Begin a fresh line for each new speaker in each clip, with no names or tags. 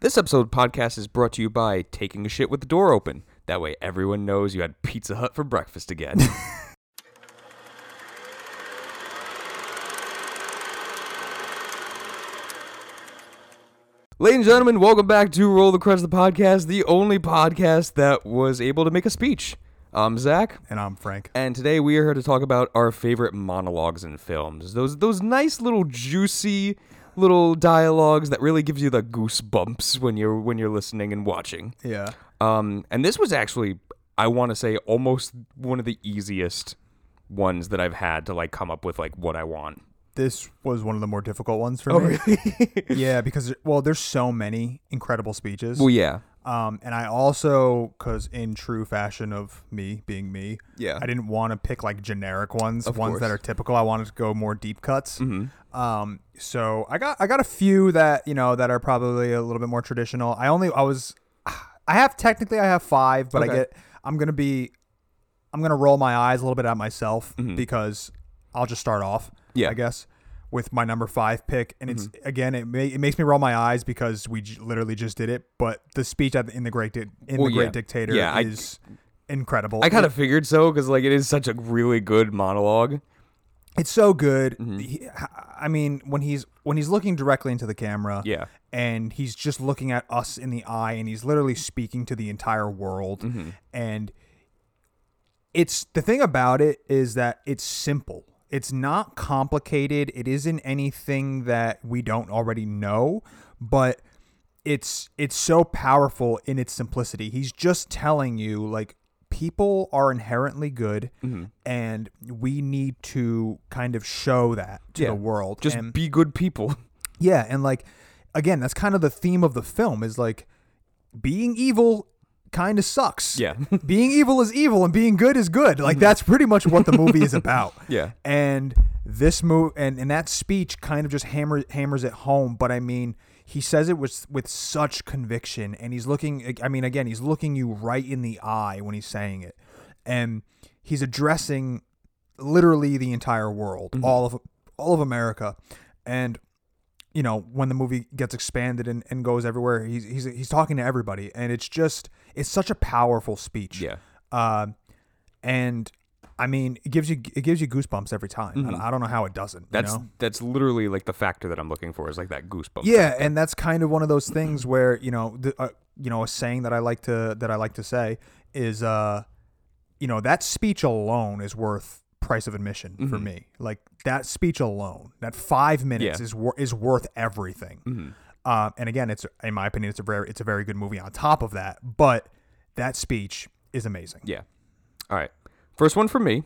This episode of the podcast is brought to you by taking a shit with the door open. That way everyone knows you had Pizza Hut for breakfast again. Ladies and gentlemen, welcome back to Roll the Crush the podcast, the only podcast that was able to make a speech. I'm Zach,
And I'm Frank.
and today we are here to talk about our favorite monologues in films. Those those nice little juicy little dialogues that really gives you the goosebumps when you're when you're listening and watching.
Yeah.
Um, and this was actually, I want to say, almost one of the easiest ones that I've had to like come up with like what I want.
This was one of the more difficult ones
Oh,
for me. yeah, because well, there's so many incredible speeches.
well, yeah,
um, and I also, cause in true fashion of me being me,
Yeah.
I didn't want to pick like generic ones, ones
course. Mm-hmm.
that are typical. I wanted to go more deep cuts. Um, so I got I got a few that you know that are probably a little bit more traditional. I only I was, I have technically I have five, but I
Okay.
get I'm gonna be, I'm gonna roll my eyes a little bit at myself because I'll just start off.
Mm-hmm. Yeah. Mm-hmm.
I guess. With my number five pick, and it's again, it, may, it makes me roll my eyes because we j- literally just did it. But the speech at the, in the Great Di- in
Well,
the Great
yeah.
Dictator
Yeah, I-
is incredible.
I kind of figured so because like it is such a really good monologue.
it's so good.
Mm-hmm.
He- I mean, when he's when he's looking directly into the camera,
Yeah.
and he's just looking at us in the eye, and he's literally speaking to the entire world,
Mm-hmm.
and it's the thing about it is that it's simple. It's not complicated. It isn't anything that we don't already know, but it's it's so powerful in its simplicity. He's just telling you like people are inherently good
Mm-hmm.
and we need to kind of show that to
Yeah.
the world.
Just
and,
be good people.
yeah, and like again, that's kind of the theme of the film is like being evil kind of sucks.
Yeah. Mm-hmm.
being evil is evil and being good is good. Like that's pretty much what the movie is about.
Yeah.
And this move and, and that speech kind of just hammers hammers it home, but I mean, he says it with with such conviction and he's looking I mean again, he's looking you right in the eye when he's saying it. And he's addressing literally the entire world,
Mm-hmm.
all of all of America. And you know when the movie gets expanded and, and goes everywhere he's, he's he's talking to everybody and it's just it's such a powerful speech
Yeah.
uh, and i mean it gives you it gives you goosebumps every time And I, don't know how it doesn't
Mm-hmm. That's
you know?
that's literally like the factor that I'm looking for is like that goosebump.
yeah and that's kind of one of those things where you know the, uh, you know a saying that i like to that i like to say is uh you know that speech alone is worth price of admission for me like that speech alone that five minutes
Mm-hmm. Yeah. Mm-hmm.
is wor- is worth everything um, and again it's in my opinion it's a very it's a very good movie on top of that but that speech is amazing
Yeah. All right. First one for me.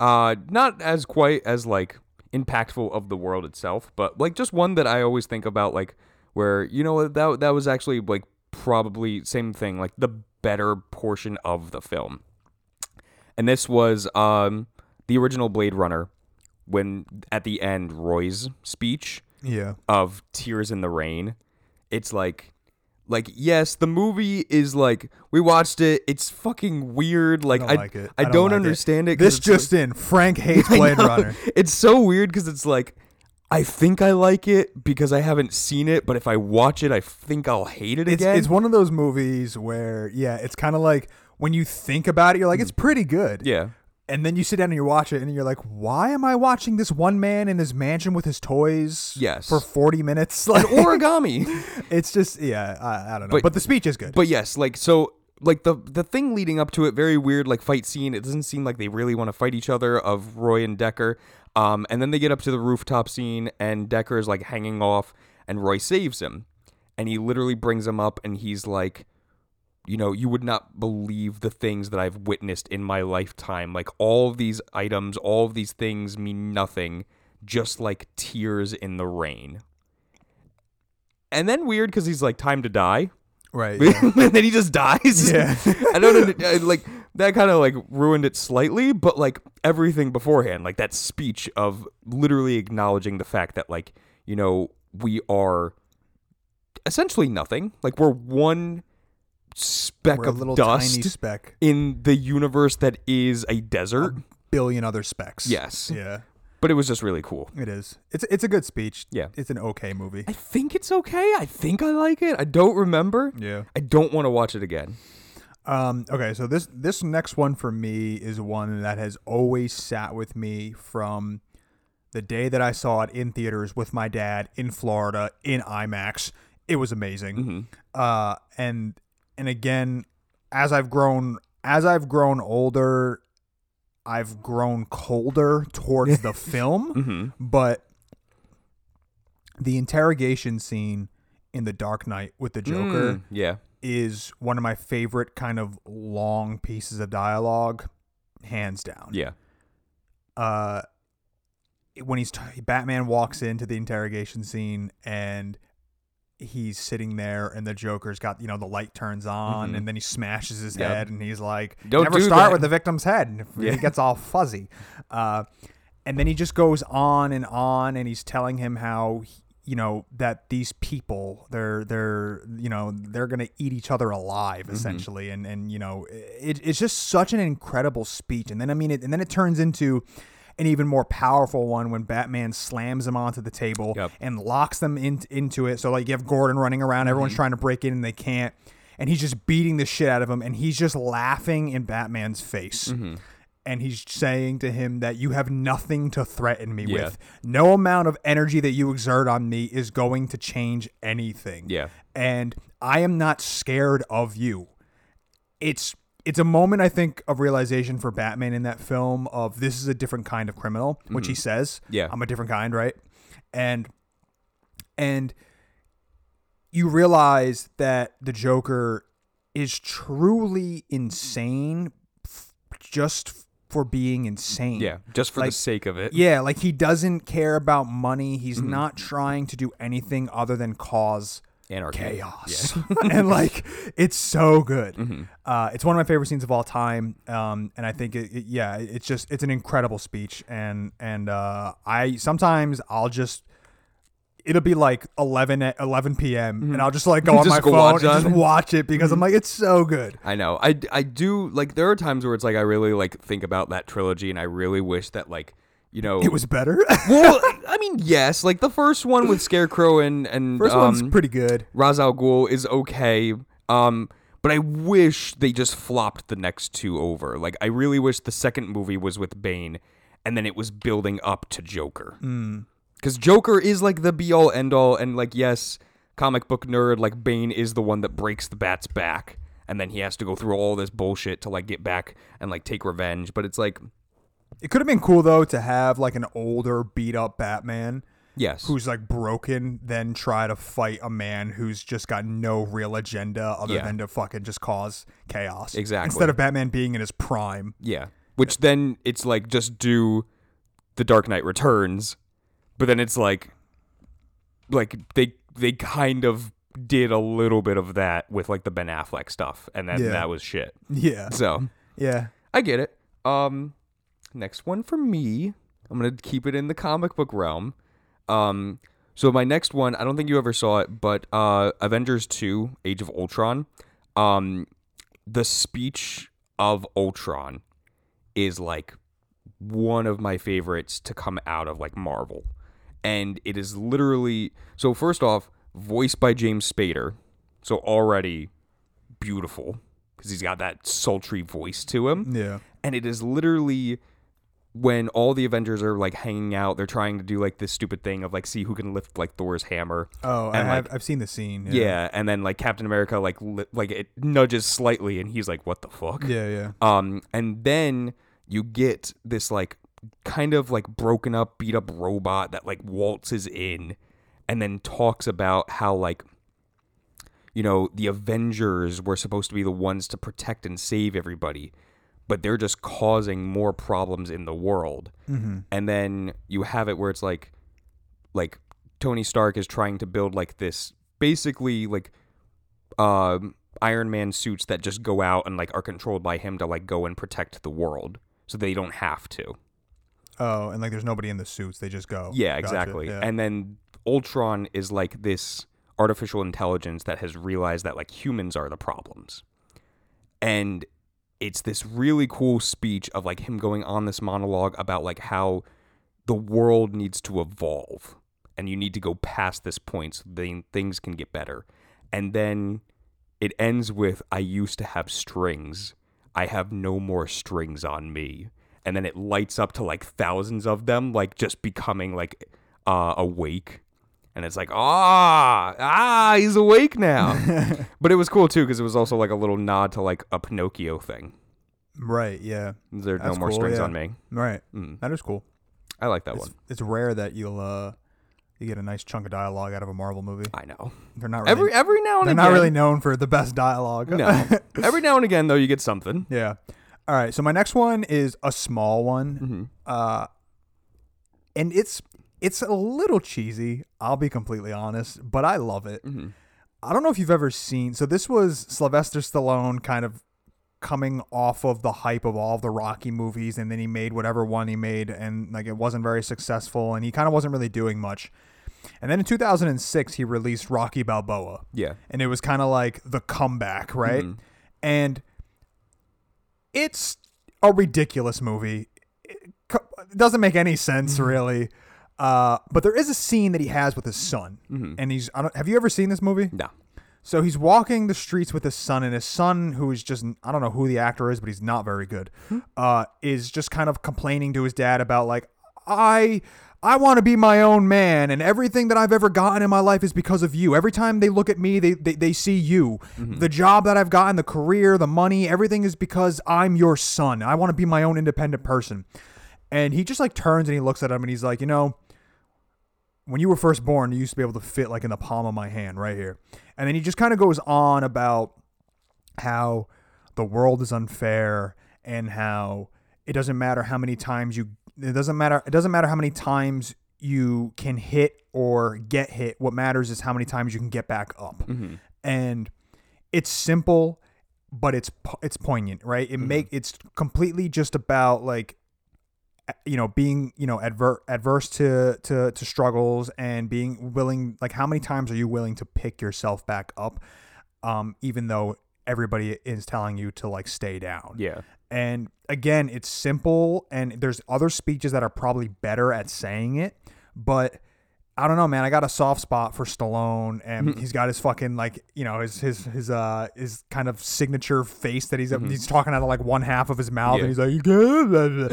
Uh not as quite as like impactful of the world itself, but like just one that I always think about like where you know what, that that was actually like probably same thing, like the better portion of the film. And this was um the original Blade Runner when at the end Roy's speech
yeah
of Tears in the Rain. It's like like yes, the movie is like we watched it. It's fucking weird. Like I
I, like it.
I, don't,
like
understand it. 'cause
This
it's like-
just in: Frank hates Blade
I know.
Runner.
It's so weird because it's like I think I like it because I haven't seen it, but if I watch it, I think I'll hate it
It's,
again.
it's one of those movies where, yeah, it's kind of like when you think about it, you're like, it's pretty good.
Mm. yeah,
And then you sit down and you watch it, and you're like, why am I watching this one man in his mansion with his toys?
Yes.
For 40 minutes, like,
origami.
it's just, yeah, I, I don't know.
But-
But, the speech is good.
But yes, like so like the the thing leading up to it, very weird like fight scene. It doesn't seem like they really want to fight each other of Roy and Decker. Um and then they get up to the rooftop scene and Decker is like hanging off and Roy saves him. And he literally brings him up and he's like you know, you would not believe the things that I've witnessed in my lifetime. Like all of these items, all of these things mean nothing, just like tears in the rain. And then weird because he's like, time to die.
right.
and then he just dies.
Yeah.
I don't know. I- Like that kind of like ruined it slightly, but like everything beforehand, like that speech of literally acknowledging the fact that like you know we are essentially nothing. Like we're one speck
We're a
of
little
dust
tiny speck,
in the universe that is a desert.
billion other specks.
Yes.
Um, Yeah.
but it was just really cool.
It is. It's it's a good speech.
Yeah.
It's an okay movie.
I think it's okay. I think I like it. I don't remember.
Yeah.
I don't want to watch it again.
Um, okay, so this this next one for me is one that has always sat with me from the day that I saw it in theaters with my dad in Florida in IMAX. It was amazing. Uh, and and again, as I've grown as I've grown older, I've grown colder towards the film, but the interrogation scene in The Dark Knight with the Joker
Mm, yeah.
is one of my favorite kind of long pieces of dialogue, hands down.
Yeah.
Uh, when he's t- Batman walks into the interrogation scene and he's sitting there, and the Joker's got you know the light turns on, and then he smashes his
Mm-hmm. Yep.
head, and he's like,
Don't
"Never
do
start
that."
with the victim's head." And
Yeah.
He gets all fuzzy. Uh, and then he just goes on and on, and he's telling him how. you know that these people they're they're you know they're gonna eat each other alive
Mm-hmm.
essentially and and you know it, it's just such an incredible speech and then i mean it and then it turns into an even more powerful one when batman slams them onto the table
Yep.
and locks them in, into it so like you have gordon running around
Mm-hmm.
everyone's trying to break in and they can't and he's just beating the shit out of him and he's just laughing in batman's face and he's saying to him that you have nothing to threaten me
Yeah.
with no amount of energy that you exert on me is going to change anything.
Yeah.
And I am not scared of you. It's it's a moment I think of realization for Batman in that film of this is a different kind of criminal, which he says.
Mm-hmm. Yeah.
I'm a different kind, right? And and you realize that the Joker is truly insane f- just f- for being insane.
Yeah. Just for the
Like,
sake of it.
Yeah, like he doesn't care about money. He's
Mm-hmm.
not trying to do anything other than cause
Anarchy.
chaos. and like it's so good.
Mm-hmm.
Uh, it's one of my favorite scenes of all time. Um, and I think it, it- yeah, it's just it's an incredible speech. And and uh, I sometimes I'll just. It'll be like 11 at 11 p.m. and I'll just like go on
Mm-hmm. Just
my
go
phone and
watch
just
on Mm-hmm. it.
watch it because I'm like it's so good.
I know. I, I do like there are times where it's like I really like think about that trilogy and I really wish that like you know
It was better.
well I mean yes like the first one with Scarecrow and and
First
um,
one's pretty good.
Ra's al Ghul is okay. Um, but I wish they just flopped the next two over. Like I really wish the second movie was with Bane, and then it was building up to Joker. Because Joker is like the be all end all, and like yes, comic book nerd, like Bane is the one that breaks the bat's back, and then he has to go through all this bullshit to like get back and like take revenge. But it's like
It could have been cool though to have like an older beat up Batman
yes,
who's like broken then try to fight a man who's just got no real agenda other
Yeah.
than to fucking just cause chaos.
Exactly.
Instead of Batman being in his prime.
Yeah. Which then it's like just do the Dark Knight Returns, but then it's like like they they kind of did a little bit of that with like the Ben Affleck stuff and then
Yeah.
that was shit.
Yeah.
So,
Yeah.
I get it. Um next one for me, I'm going to keep it in the comic book realm. Um so my next one, I don't think you ever saw it, but uh Avengers 2: Age of Ultron. Um the speech of Ultron is like one of my favorites to come out of like Marvel. And it is literally so first off, voiced by James Spader. So already beautiful because he's got that sultry voice to him
Yeah.
and it is literally when all the Avengers are like hanging out, they're trying to do like this stupid thing of like see who can lift like Thor's hammer.
Oh, I
And,
have, I've seen the scene.
Yeah, and then like Captain America like li- like it nudges slightly, and he's like, "What the fuck?"
Yeah. Yeah.
Um, and then you get this like kind of like broken up, beat up robot that like waltzes in and then talks about how like you know, the Avengers were supposed to be the ones to protect and save everybody, but they're just causing more problems in the world. And then you have it where it's like like Tony Stark is trying to build like this basically like um, Iron Man suits that just go out and like are controlled by him to like go and protect the world, so they don't have to.
Oh, and like there's nobody in the suits. They just go.
Yeah,
Gotcha.
exactly.
Yeah.
And then Ultron is like this artificial intelligence that has realized that like humans are the problems. And it's this really cool speech of like him going on this monologue about like how the world needs to evolve and you need to go past this point so then things can get better. And then it ends with I used to have strings. I have no more strings on me. And then it lights up to like thousands of them, like just becoming like uh, awake. And it's like, ah, ah, he's awake now. but it was cool too because it was also like a little nod to like a Pinocchio thing.
Right. Yeah.
There's no
That's
more
cool,
strings
yeah.
on me.
Right.
Mm.
That is cool.
I like that
It's,
one.
it's rare that you'll uh you get a nice chunk of dialogue out of a Marvel movie.
I know.
They're not really
Every every now and
they're
again,
not really known for the best dialogue.
no. every now and again though, you get something.
yeah. All right. So my next one is a small
Mhm.
one. Uh and it's it's a little cheesy, I'll be completely honest, but I love it.
Mhm.
I don't know if you've ever seen. So this was Sylvester Stallone kind of coming off of the hype of all the Rocky movies, and then he made whatever one he made, and like it wasn't very successful, and he kind of wasn't really doing much. And then in 2006, he released Rocky Balboa,
Yeah.
and it was kind of like the comeback, right?
Mhm.
And it's a ridiculous movie. It co- it doesn't make any sense, really. Uh, but there is a scene that he has with his son, and he's—I don't. Have you ever seen this movie?
No.
So he's walking the streets with his son, and his son, who is just, I don't know who the actor is, but he's not very good, uh, is just kind of complaining to his dad about, like, I. I want to be my own man, and everything that I've ever gotten in my life is because of you. Every time they look at me, they, they, they see you. The job that I've gotten, the career, the money, everything is because I'm your son. I want to be my own independent person. And he just like turns and he looks at him and he's like, You know, when you were first born, you used to be able to fit like in the palm of my hand right here. And then he just kind of goes on about how the world is unfair and how it doesn't matter how many times you it doesn't matter it doesn't matter how many times you can hit or get hit. What matters is how many times you can get back up.
Mm-hmm.
And it's simple, but it's po- it's poignant, right? It make it's completely just about like you know being you know adver- adverse to, to to struggles and being willing like how many times are you willing to pick yourself back up um even though everybody is telling you to like stay down
Yeah.
and again it's simple and there's other speeches that are probably better at saying it but I don't know, man. I got a soft spot for Stallone, and he's got his fucking like, you know, his his his uh his kind of signature face that he's he's talking out of like one half of his mouth,
Yeah.
and he's like, "Good, blah, blah."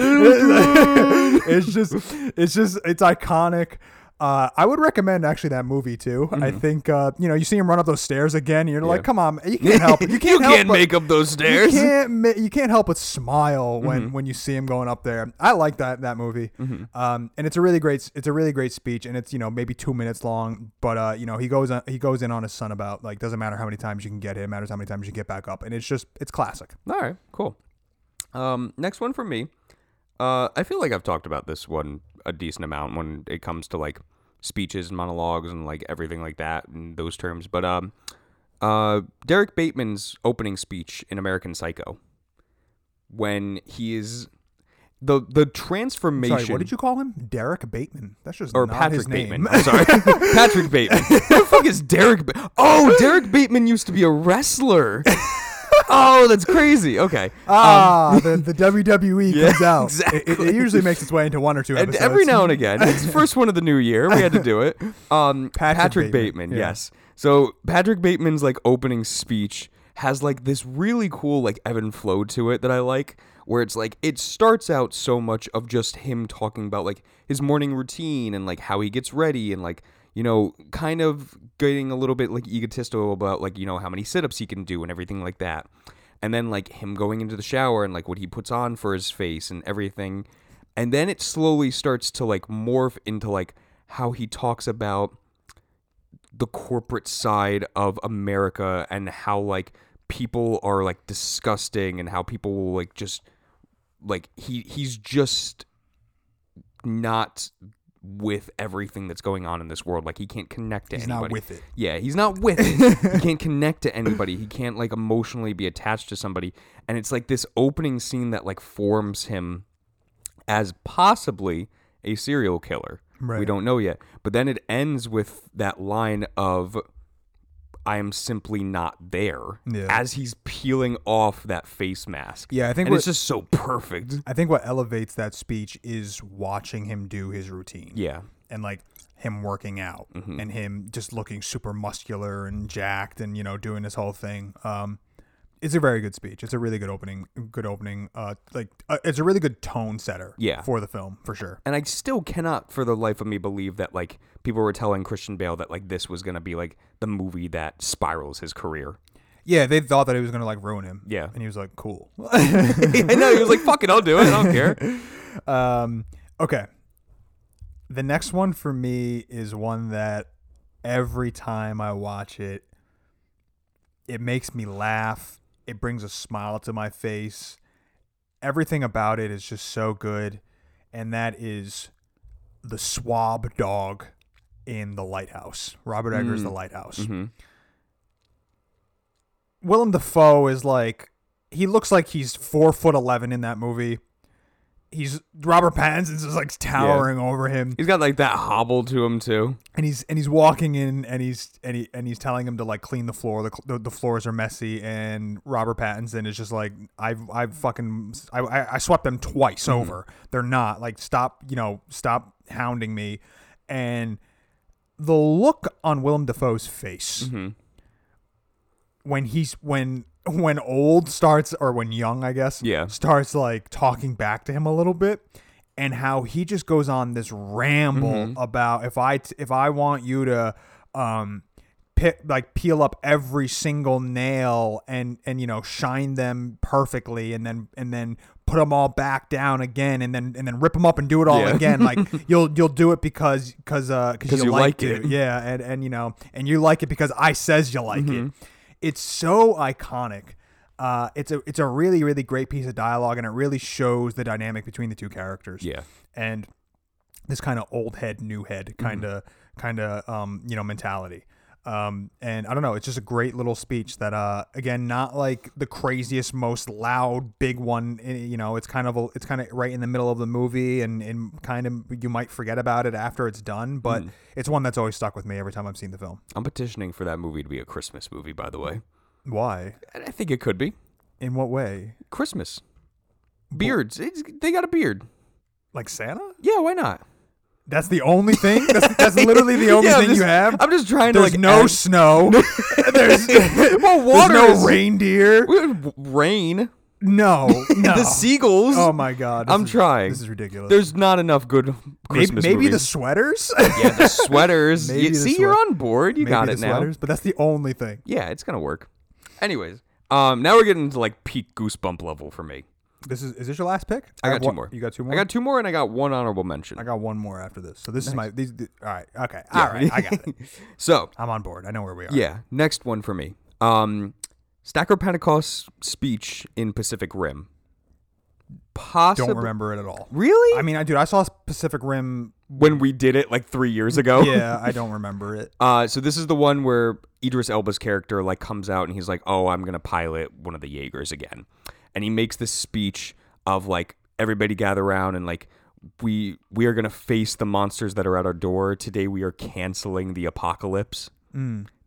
it's just it's just it's iconic. Uh, I would recommend actually that movie too. I think uh, you know you see him run up those stairs again, and you're like, "Come on, you can't help it. You can't, help but-
make up those stairs.
you can't ma- you can't help but smile when
Mm-hmm.
when you see him going up there. I like that that movie. Um, and it's a really great s- it's a really great speech, and it's you know maybe two minutes long, but uh, you know he goes on, he goes in on his son about like doesn't matter how many times you can get hit, it matters how many times you get back up, and it's just it's classic.
All right, cool. Um, next one for me. Uh, I feel like I've talked about this one a decent amount when it comes to like speeches and monologues and like everything like that and those terms. But um, uh, Derek Bateman's opening speech in American Psycho, when he is the the transformation.
Sorry, what did you call him? Derek Bateman. That's just
or
not
Patrick
his name.
Bateman. Um, I'm sorry, Patrick Bateman. Who the fuck is Derek? Ba- oh, Derek Bateman used to be a wrestler. oh, that's crazy. Okay.
Ah, the, the WWE comes out.
exactly.
It, it- it usually makes its way into one or two
and
episodes.
every now and again, it's the first one of the new year. We had to do it. Um, Patrick,
Patrick
Bateman,
Bateman, yeah.
yes. So Patrick Bateman's like opening speech has like this really cool like ebb and flow to it that I like, where it's like it starts out so much of just him talking about like his morning routine and like how he gets ready and like you know kind of getting a little bit like egotistical about like you know how many sit-ups he can do and everything like that and then like him going into the shower and like what he puts on for his face and everything and then it slowly starts to like morph into like how he talks about the corporate side of America and how like people are like disgusting and how people will like just like he he's just not with everything that's going on in this world like he can't connect to
He's
anybody
not with it.
yeah, he's not with it. he can't connect to anybody. He can't like emotionally be attached to somebody. And it's like this opening scene that like forms him as possibly a serial killer. We
Right.
don't know yet. But then it ends with that line of I am simply not there
Yeah.
as he's peeling off that face mask.
Yeah, I think
and
what-
it's just so perfect.
I think what elevates that speech is watching him do his routine.
Yeah.
and like him working out
Mm-hmm.
and him just looking super muscular and jacked and you know doing his whole thing um it's a very good speech it's a really good opening good opening uh like uh, it's a really good tone setter
Yeah.
for the film for sure
And I still cannot for the life of me believe that like people were telling Christian Bale that like this was going to be like the movie that spirals his career.
yeah they thought that it was gonna like ruin him
Yeah.
and he was like cool
I know he was like fuck it, I'll do it. I don't care.
um okay the next one for me is one that every time i watch it it makes me laugh it brings a smile to my face everything about it is just so good and that is the swab dog in the lighthouse robert eggers the lighthouse
Mhm.
willem dafoe is like he looks like he's four foot eleven in that movie he's robert pattinson's is like towering over him
He's got like that hobble to him too.
and he's and he's walking in and he's and he and he's telling him to like clean the floor the, cl- the, the floors are messy and robert pattinson is just like i've i've fucking i i, I swept them twice over they're not like stop you know stop hounding me and the look on willem dafoe's face
Mm-hmm.
when he's when when old starts or when young i guess
Yeah.
starts like talking back to him a little bit and how he just goes on this ramble
Mm-hmm.
about if i t- if i want you to um pick like peel up every single nail and and you know shine them perfectly and then and then put them all back down again and then and then rip them up and do it all
Yeah.
again like you'll you'll do it because because uh 'cause
'Cause
you,
you
like,
like it.
it. Yeah, and and you know, and you like it because I says you like it. It's so iconic. Uh, it's a it's a really really great piece of dialogue, and it really shows the dynamic between the two characters.
Yeah.
and this kind of old head new head kind of kind of um you know mentality. Um, and I don't know, it's just a great little speech that uh again not like the craziest most loud big one eh, you know it's kind of a, it's kind of right in the middle of the movie and and kind of you might forget about it after it's done but it's one that's always stuck with me every time I've seen the film.
I'm petitioning for that movie to be a Christmas movie, by the way.
Why?
And I think it could be.
In what way?
Christmas. Beards. It's, they got a beard.
Like Santa?
Yeah, why not?
That's the only thing. That's, that's literally the only
Yeah, I'm
thing
just-
you have.
I'm just trying to
There's
like
no
add-
snow. there's,
well, water
there's
is-
no reindeer.
We would- rain.
No, no.
The seagulls.
Oh my god. this
I'm
is-
trying.
This is ridiculous.
There's not enough good
maybe,
Christmas
maybe the
movies.
sweaters.
yeah, the sweaters.
Maybe
You-
the
see, you're
sweat-
on board. You
maybe
got
the
it now.
sweaters, but that's the only thing.
Yeah, it's gonna work. Anyways, um, now we're getting into like peak goosebump level for me.
This is is this your last pick?
I,
have
got two
one-
more.
You got two more.
I got two more, and I got one honorable mention.
I got one more after this. So this is my these, th- all right. Okay.
Yeah.
All right. I got it.
so
I'm on board. I know where we are.
yeah, next one for me. Um, Stacker Pentecost's speech in Pacific Rim. Possibly.
Don't remember it at all.
Really?
I mean, I dude, I saw Pacific Rim.
when we did it like three years ago.
Yeah, I don't remember it.
Uh, so this is the one where Idris Elba's character like comes out and he's like, "Oh, I'm gonna pilot one of the Jaegers again," and he makes this speech of like, "Everybody gather around and like." We we are gonna face the monsters that are at our door today. We are canceling the apocalypse.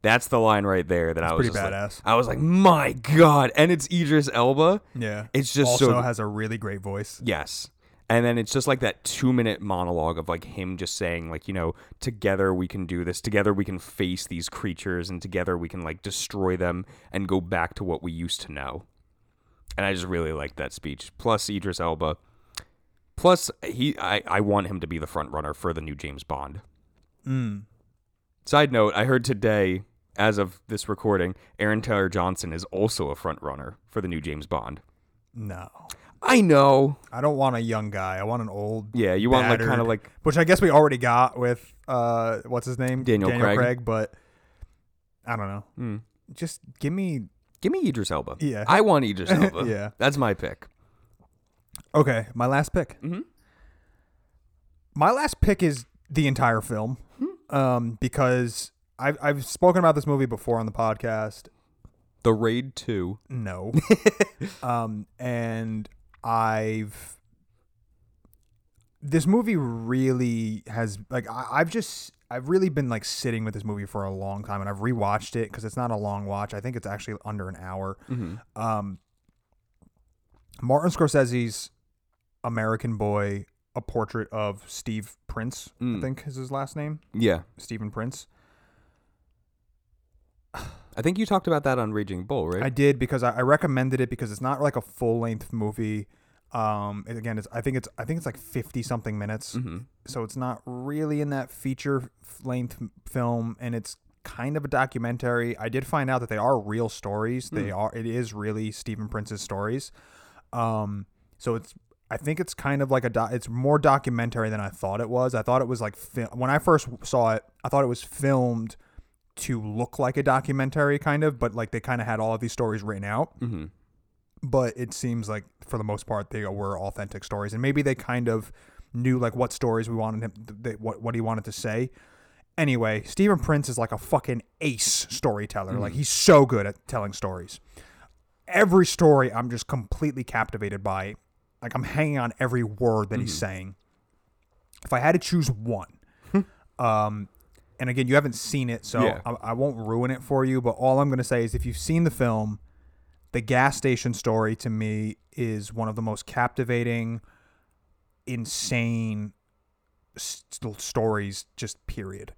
That's the line right there that I was
Mm. pretty
just like-
badass.
I was like, my god! And it's Idris Elba.
Yeah.
It's just
also
so
has a really great voice.
Yes. And then it's just like that two minute monologue of like him just saying, like, you know, together we can do this. Together we can face these creatures and together we can like destroy them and go back to what we used to know. And I just really like that speech. Plus Idris Elba. Plus he I, I want him to be the front runner for the new James Bond.
Mm.
Side note, I heard today, as of this recording, Aaron Taylor Johnson is also a front runner for the new James Bond.
No.
I know.
I don't want a young guy. I want an old.
Yeah, you want like
battered-
kind of like
which I guess we already got with uh, what's his name,
Daniel Craig.
But I don't know.
Hmm.
Just give me
Give me Idris Elba.
Yeah.
I want Idris Elba.
Yeah.
That's my pick.
okay. My last pick.
Mhm.
My last pick is the entire film,
Hmm.
um, because I've I've spoken about this movie before on the podcast.
The Raid 2.
No, um, and I've this movie really has like I, I've just I've really been like sitting with this movie for a long time, and I've rewatched it because it's not a long watch. I think it's actually under an hour. Um, Martin Scorsese's American Boy, a portrait of Steve Prince, I think is his last name,
Yeah.
Stephen Prince.
I think you talked about that on Raging Bull, right?
I did because I, I recommended it because it's not like a full length movie. Um, and again, it's I think it's I think it's like fifty something minutes,
Mm-hmm.
so it's not really in that feature f- length m- film, and it's kind of a documentary. I did find out that they are real stories. They are it is really Stephen Prince's stories. Um, so it's I think it's kind of like a do- it's more documentary than I thought it was. I thought it was like fil- when I first saw it, I thought it was filmed to look like a documentary kind of, but like they kind of had all of these stories written out.
Mhm.
But it seems like for the most part they were authentic stories, and maybe they kind of knew like what stories we wanted him, th- they, what what he wanted to say. Anyway, Stephen Prince is like a fucking ace storyteller. Like he's so good at telling stories. Every story I'm just completely captivated by. Like I'm hanging on every word that he's saying. If I had to choose one, um, and again, you haven't seen it, so
Yeah.
I, I won't ruin it for you. But all I'm going to say is, if you've seen the film, the gas station story to me is one of the most captivating, insane st- stories. Just period,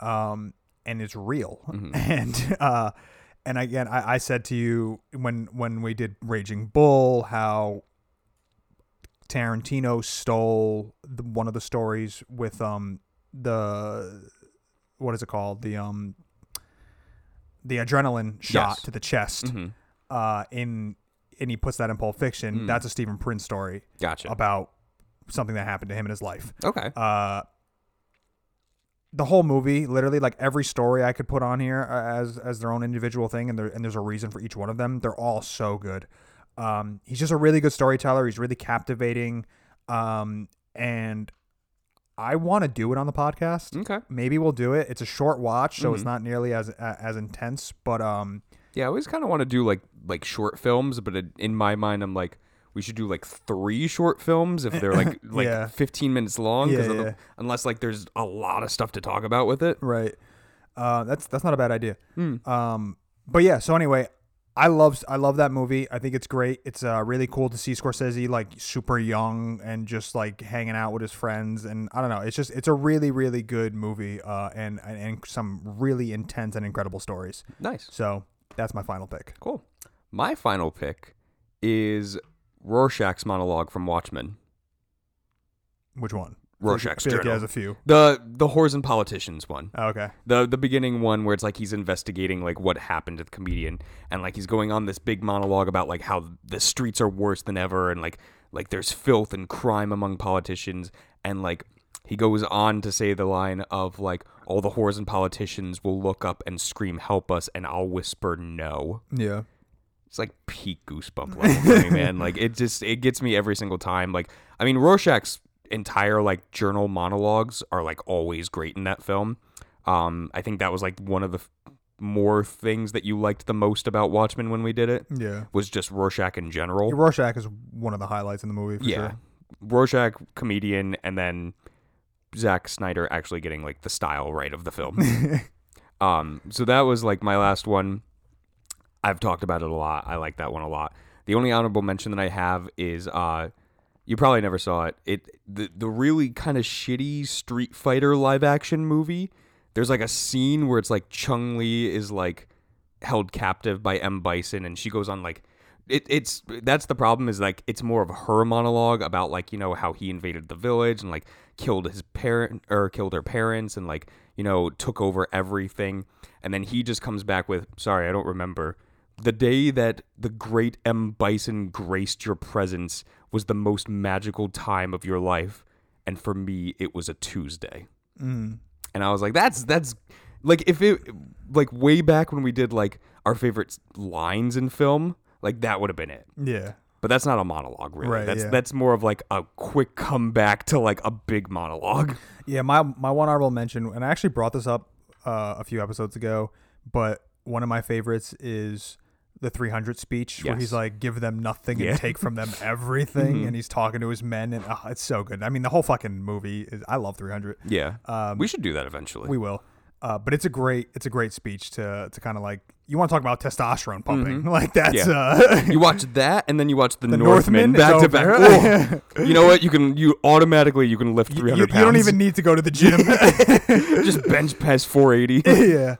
um, and it's real. And uh, and again, I, I said to you when when we did Raging Bull, how Tarantino stole the, one of the stories with um the what is it called the um the adrenaline shot
Yes.
to the chest uh in and he puts that in Pulp Fiction. That's a Stephen Prince story
Gotcha.
about something that happened to him in his life.
okay.
Uh the whole movie, literally, like every story I could put on here uh, as as their own individual thing, and there and there's a reason for each one of them. They're all so good. Um, he's just a really good storyteller. He's really captivating, um, and I want to do it on the podcast.
okay.
Maybe we'll do it. It's a short watch, so it's not nearly as uh, as intense. But um,
Yeah, I always kind of want to do like like short films, but it, in my mind, I'm like we should do like three short films if they're like like
Yeah.
15 minutes long, 'cause
Yeah,
other-
yeah.
unless like there's a lot of stuff to talk about with it.
Right. Uh, that's that's not a bad idea. Um, but yeah. So anyway, I love I love that movie. I think it's great. It's uh, really cool to see Scorsese like super young and just like hanging out with his friends. And I don't know. It's just it's a really really good movie. Uh, and and, and some really intense and incredible stories.
Nice,
So that's my final pick.
cool. My final pick is Rorschach's monologue from Watchmen.
Which one?
Rorschach's
I feel like he
journal.
has a few.
The the whores and politicians one.
Oh, okay.
the the beginning one where it's like he's investigating like what happened to the comedian and like he's going on this big monologue about like how the streets are worse than ever and like like there's filth and crime among politicians and like he goes on to say the line of like all the whores and politicians will look up and scream help us and I'll whisper no.
Yeah.
It's like peak goosebump level for me, man. Like it just it gets me every single time. Like I mean, Rorschach's entire like journal monologues are like always great in that film. Um, I think that was like one of the f- more things that you liked the most about Watchmen when we did it
Yeah.
was just Rorschach in general.
Rorschach is one of the highlights in the movie. For
yeah,
Sure.
Rorschach comedian, and then Zack Snyder actually getting like the style right of the film. Um, so that was like my last one. I've talked about it a lot. I like that one a lot. The only honorable mention that I have is uh, you probably never saw it. It the the really kind of shitty Street Fighter live action movie. There's like a scene where it's like Chung Li is like held captive by M Bison, and she goes on like. It, it's that's the problem is like it's more of her monologue about like you know how he invaded the village and like killed his parent or killed her parents and like you know took over everything and then he just comes back with sorry I don't remember the day that the great M Bison graced your presence was the most magical time of your life and for me it was a Tuesday
Mm.
and I was like, that's that's like if it like way back when we did like our favorite lines in film, like that would have been it.
Yeah.
But that's not a monologue, really.
Right,
that's
yeah.
that's more of like a quick comeback to like a big monologue.
Yeah, my my one honorable mention, and I actually brought this up uh, a few episodes ago, but one of my favorites is the 300 speech where
Yes.
he's like give them nothing
Yeah. Mm-hmm.
and take from them everything and he's talking to his men and ah, it's so good i mean the whole fucking movie is i love 300
Yeah.
Um,
we should do that eventually.
we will uh, but it's a great it's a great speech to to kind of like you want to talk about testosterone pumping like that's
Mm-hmm. Yeah.
uh
you watch that and then you watch the, Northman
Northman
back
is
to back. Ooh. you know what? You can you automatically you can lift
you,
300
you
pounds.
don't even need to go to the gym
just bench press 480.
yeah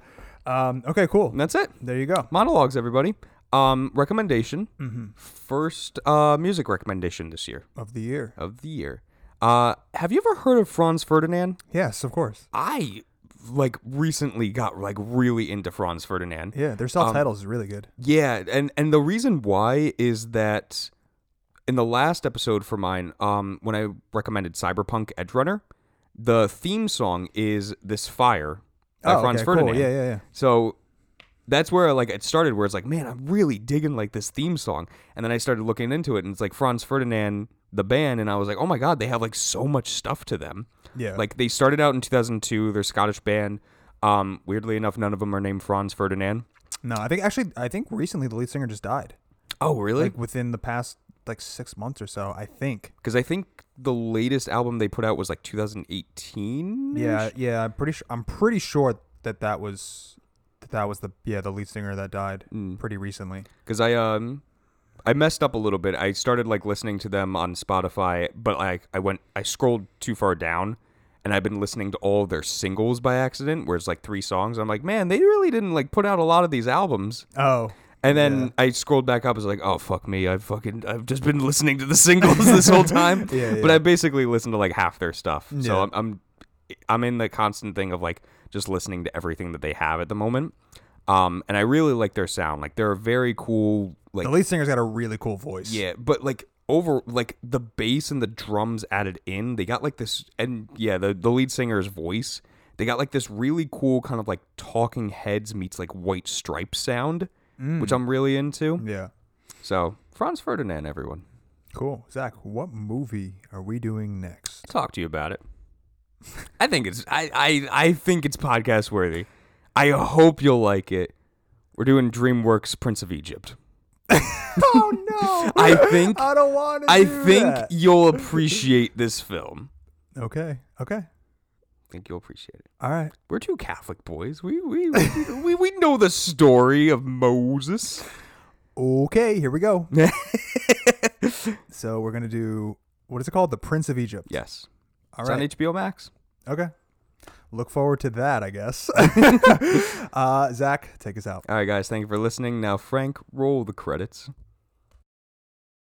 um okay cool
and that's it.
there you go
Monologues everybody. Um recommendation.
Mm-hmm.
First uh music recommendation this year
of the year
of the year. Uh have you ever heard of Franz Ferdinand?
yes of course
I like recently got like really into Franz Ferdinand.
yeah their
Um,
self-titles is really good
Yeah, and and the reason why is that in the last episode for mine, um, when I recommended Cyberpunk Edgerunner, the theme song is "This Fire" by
Oh,
Franz
okay, cool.
Ferdinand.
Yeah, yeah, yeah.
So that's where like it started, where it's like, man, I'm really digging like this theme song, and then I started looking into it, and it's like Franz Ferdinand, the band, and I was like, oh my god, they have like so much stuff to them.
yeah
Like they started out in 2002, they're a Scottish band. Um, weirdly enough, none of them are named Franz Ferdinand.
no i think actually i think recently the lead singer just died
Oh, really?
like within the past like six months or so i think
because I think the latest album they put out was like 2018. -ish?
yeah yeah i'm pretty sure i'm pretty sure that that was that, that was the yeah the lead singer that died
Mm.
pretty recently
because I um I messed up a little bit. I started like listening to them on Spotify, but like I went I scrolled too far down, and I've been listening to all their singles by accident, where it's like three songs. I'm like, man, they really didn't like put out a lot of these albums.
oh
And then I scrolled back up. I was like, "Oh fuck me! I've fucking I've just been listening to the singles this whole time."
Yeah,
But
yeah.
I basically listened to like half their stuff, so
Yeah.
I'm, I'm I'm in the constant thing of like just listening to everything that they have at the moment. Um, and I really like their sound. Like they're a very cool like
the lead singer's got a really cool voice
yeah, but like over like the bass and the drums added in, they got like this and yeah, the the lead singer's voice, they got like this really cool kind of like talking heads meets like white stripe sound,
Mm.
which I'm really into.
yeah
So, Franz Ferdinand everyone.
cool zach what movie are we doing next
Talk to you about it. I think it's I I I think it's podcast worthy. I hope you'll like it. We're doing DreamWorks Prince of Egypt.
oh no
I think
i don't want to
I think you'll appreciate this film.
okay okay
I think you'll appreciate it.
all right
We're two Catholic boys. We we we, we, we know the story of Moses.
okay here we go so we're gonna do what is it called the prince of egypt
Yes.
all
it's
right
on HBO Max.
Okay. Look forward to that, I guess. uh, Zach, take us out.
All right, guys. Thank you for listening. Now, Frank, roll the credits.